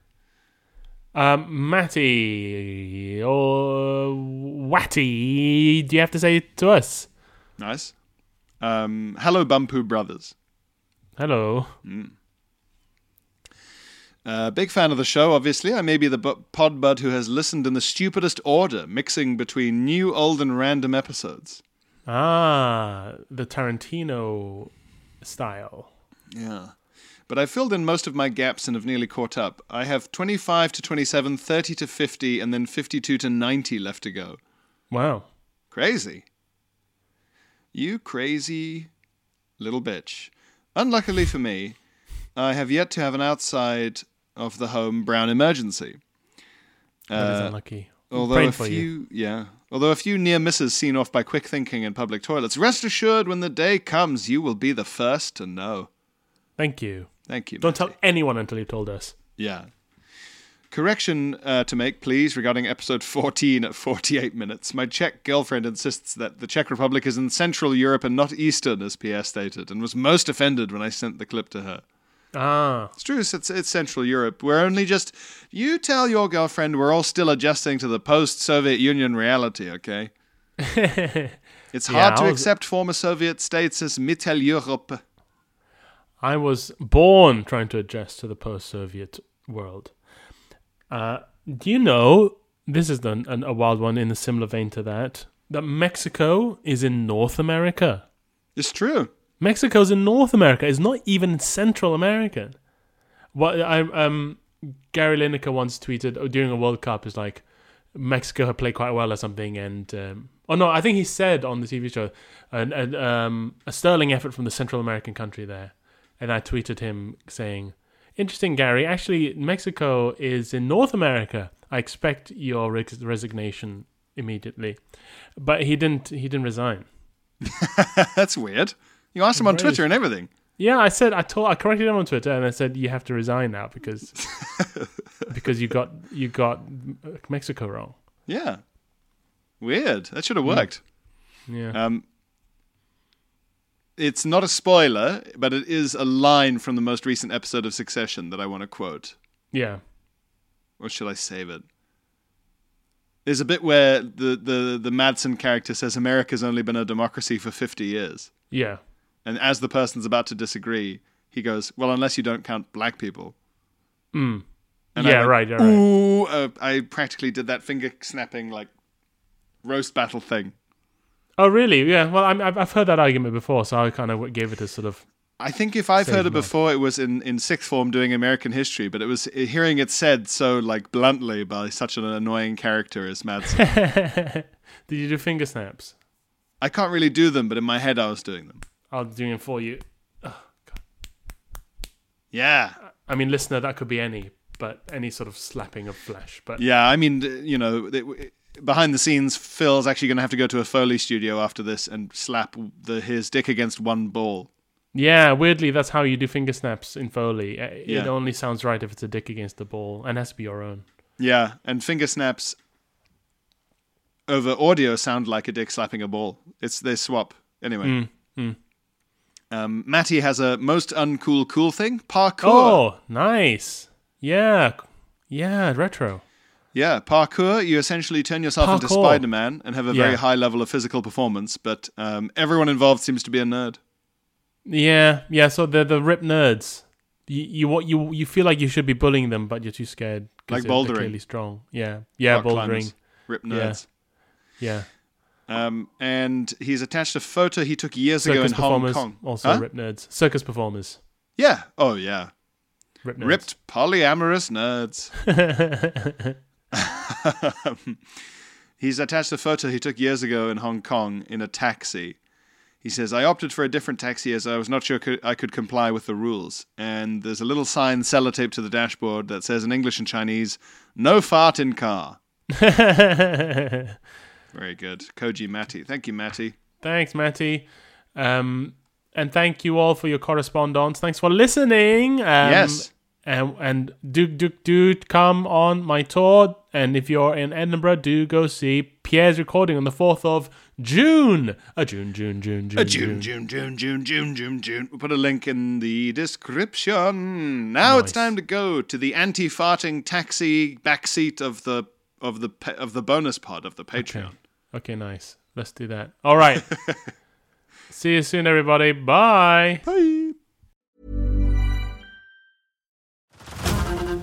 Speaker 2: um, Matty or Watty. Do you have to say it to us?
Speaker 1: Nice. Um, hello, Bumpoo Brothers.
Speaker 2: Hello.
Speaker 1: Uh, big fan of the show, obviously. I may be the bu- pod bud who has listened in the stupidest order, mixing between new, old, and random episodes.
Speaker 2: Ah, the Tarantino style.
Speaker 1: Yeah. But I filled in most of my gaps and have nearly caught up. I have 25 to 27, 30 to 50, and then 52 to 90 left to go.
Speaker 2: Wow.
Speaker 1: Crazy. You crazy little bitch. Unluckily for me, I have yet to have an outside of the home brown emergency.
Speaker 2: That is unlucky.
Speaker 1: Uh, Although
Speaker 2: Praying
Speaker 1: a
Speaker 2: for
Speaker 1: few,
Speaker 2: you.
Speaker 1: yeah. Although a few near misses seen off by quick thinking in public toilets, rest assured when the day comes, you will be the first to know.
Speaker 2: Thank you.
Speaker 1: Thank you.
Speaker 2: Don't
Speaker 1: Matty.
Speaker 2: tell anyone until you've told us.
Speaker 1: Yeah. Correction uh, to make, please, regarding episode 14 at 48 minutes. My Czech girlfriend insists that the Czech Republic is in Central Europe and not Eastern, as Pierre stated, and was most offended when I sent the clip to her.
Speaker 2: Ah,
Speaker 1: It's true, it's, it's Central Europe. We're only just. You tell your girlfriend we're all still adjusting to the post Soviet Union reality, okay? it's hard
Speaker 2: Yeah,
Speaker 1: to
Speaker 2: I was-
Speaker 1: accept former Soviet states as Mittel Europe.
Speaker 2: I was born trying to adjust to the post-Soviet world. Uh, do you know this is an, an, a wild one in a similar vein to that? That Mexico is in North America.
Speaker 1: It's true.
Speaker 2: Mexico's in North America. It's not even in Central America. What I um Gary Lineker once tweeted oh, during a World Cup is like Mexico had played quite well or something, and um, oh no, I think he said on the TV show an, an, um, a sterling effort from the Central American country there, and I tweeted him saying, "Interesting, Gary. Actually, Mexico is in North America. I expect your res- resignation immediately," but he didn't. He didn't resign.
Speaker 1: That's weird. You asked him on
Speaker 2: Right.
Speaker 1: Twitter and everything.
Speaker 2: Yeah, I said I told I corrected him on Twitter and I said you have to resign now because because you got you got Mexico wrong.
Speaker 1: Yeah.
Speaker 2: Hmm.
Speaker 1: Uh, Weird. That should have worked.
Speaker 2: Yeah.
Speaker 1: Um, it's not a spoiler, but it is a line from the most recent episode of Succession that I want to quote.
Speaker 2: Yeah.
Speaker 1: or should I save it? There's a bit where the, the, the Madsen character says America's only been a democracy for 50 years.
Speaker 2: Yeah.
Speaker 1: And as the person's about to disagree, he goes, Well, unless you don't count black people. And I
Speaker 2: yeah,
Speaker 1: went,
Speaker 2: right, yeah, right.
Speaker 1: Ooh, uh, I practically did that finger snapping, like, roast battle thing.
Speaker 2: Oh, really? Yeah. Well, I'm, I've I've heard that argument before, so I kind of gave it a sort of.
Speaker 1: I think if I've
Speaker 2: Save
Speaker 1: heard it
Speaker 2: my-
Speaker 1: before, it was in, in sixth form doing American history, but it was hearing it said so, like, bluntly by such an annoying character as Madsen.
Speaker 2: Did you do finger snaps?
Speaker 1: I can't really do them, but in my head, I was doing them.
Speaker 2: I'll do it for you.
Speaker 1: Yeah.
Speaker 2: I mean, listener, that could be any, but any sort of slapping of flesh. But
Speaker 1: Yeah, I mean, d- you know, it, w- behind the scenes, Phil's actually going to have to go to a Foley studio after this and slap the his dick against one ball.
Speaker 2: Yeah, weirdly, that's how you do finger snaps in Foley. Uh,
Speaker 1: Yeah.
Speaker 2: It only sounds right if it's a dick against the ball, and has to be your own.
Speaker 1: Yeah, and finger snaps over audio sound like a dick slapping a ball. It's they swap anyway.
Speaker 2: Mm,
Speaker 1: Um, Matty has a most uncool cool thing parkour.
Speaker 2: Oh, nice. Yeah, yeah, retro.
Speaker 1: Yeah, parkour. You essentially turn yourself into
Speaker 2: Parkour.
Speaker 1: Spider Man and have a very
Speaker 2: Yeah.
Speaker 1: high level of physical performance, but um, everyone involved seems to be a nerd.
Speaker 2: Yeah, yeah. So they're the rip nerds. You you what you you feel like you should be bullying them, but you're too scared.
Speaker 1: Like
Speaker 2: 'cause they're- they're
Speaker 1: bouldering.
Speaker 2: Clearly strong. Yeah, yeah,
Speaker 1: Rock
Speaker 2: bouldering.
Speaker 1: climbers, rip nerds.
Speaker 2: Yeah,
Speaker 1: Um, and he's attached a photo he took years ago
Speaker 2: circus
Speaker 1: in Hong
Speaker 2: performers
Speaker 1: Kong.
Speaker 2: also
Speaker 1: Huh?
Speaker 2: rip nerds. Circus performers.
Speaker 1: Yeah. Oh, yeah.
Speaker 2: Rip nerds.
Speaker 1: Ripped polyamorous nerds. he's attached a photo he took years ago in Hong Kong in a taxi. He says, I opted for a different taxi as I was not sure co- I could comply with the rules. And there's a little sign sellotaped to the dashboard that says in English and Chinese, no fart in car. Very good. Koji Matty. Thank you, Matty.
Speaker 2: Thanks, Matty. Um, and thank you all for your correspondence. Thanks for listening. Um,
Speaker 1: Yes.
Speaker 2: And, and do, do, do come on my tour. And if you're in Edinburgh, do go see Pierre's recording on the 4th of June. A June, June, June, June.
Speaker 1: Uh, June, June, June, June, June, June, June. We'll put a link in the description. Now it's time to go to the anti-farting taxi backseat of the of the pa- of the bonus pod of the Patreon.
Speaker 2: Okay, nice. Let's do that. All right. see you soon, everybody. Bye.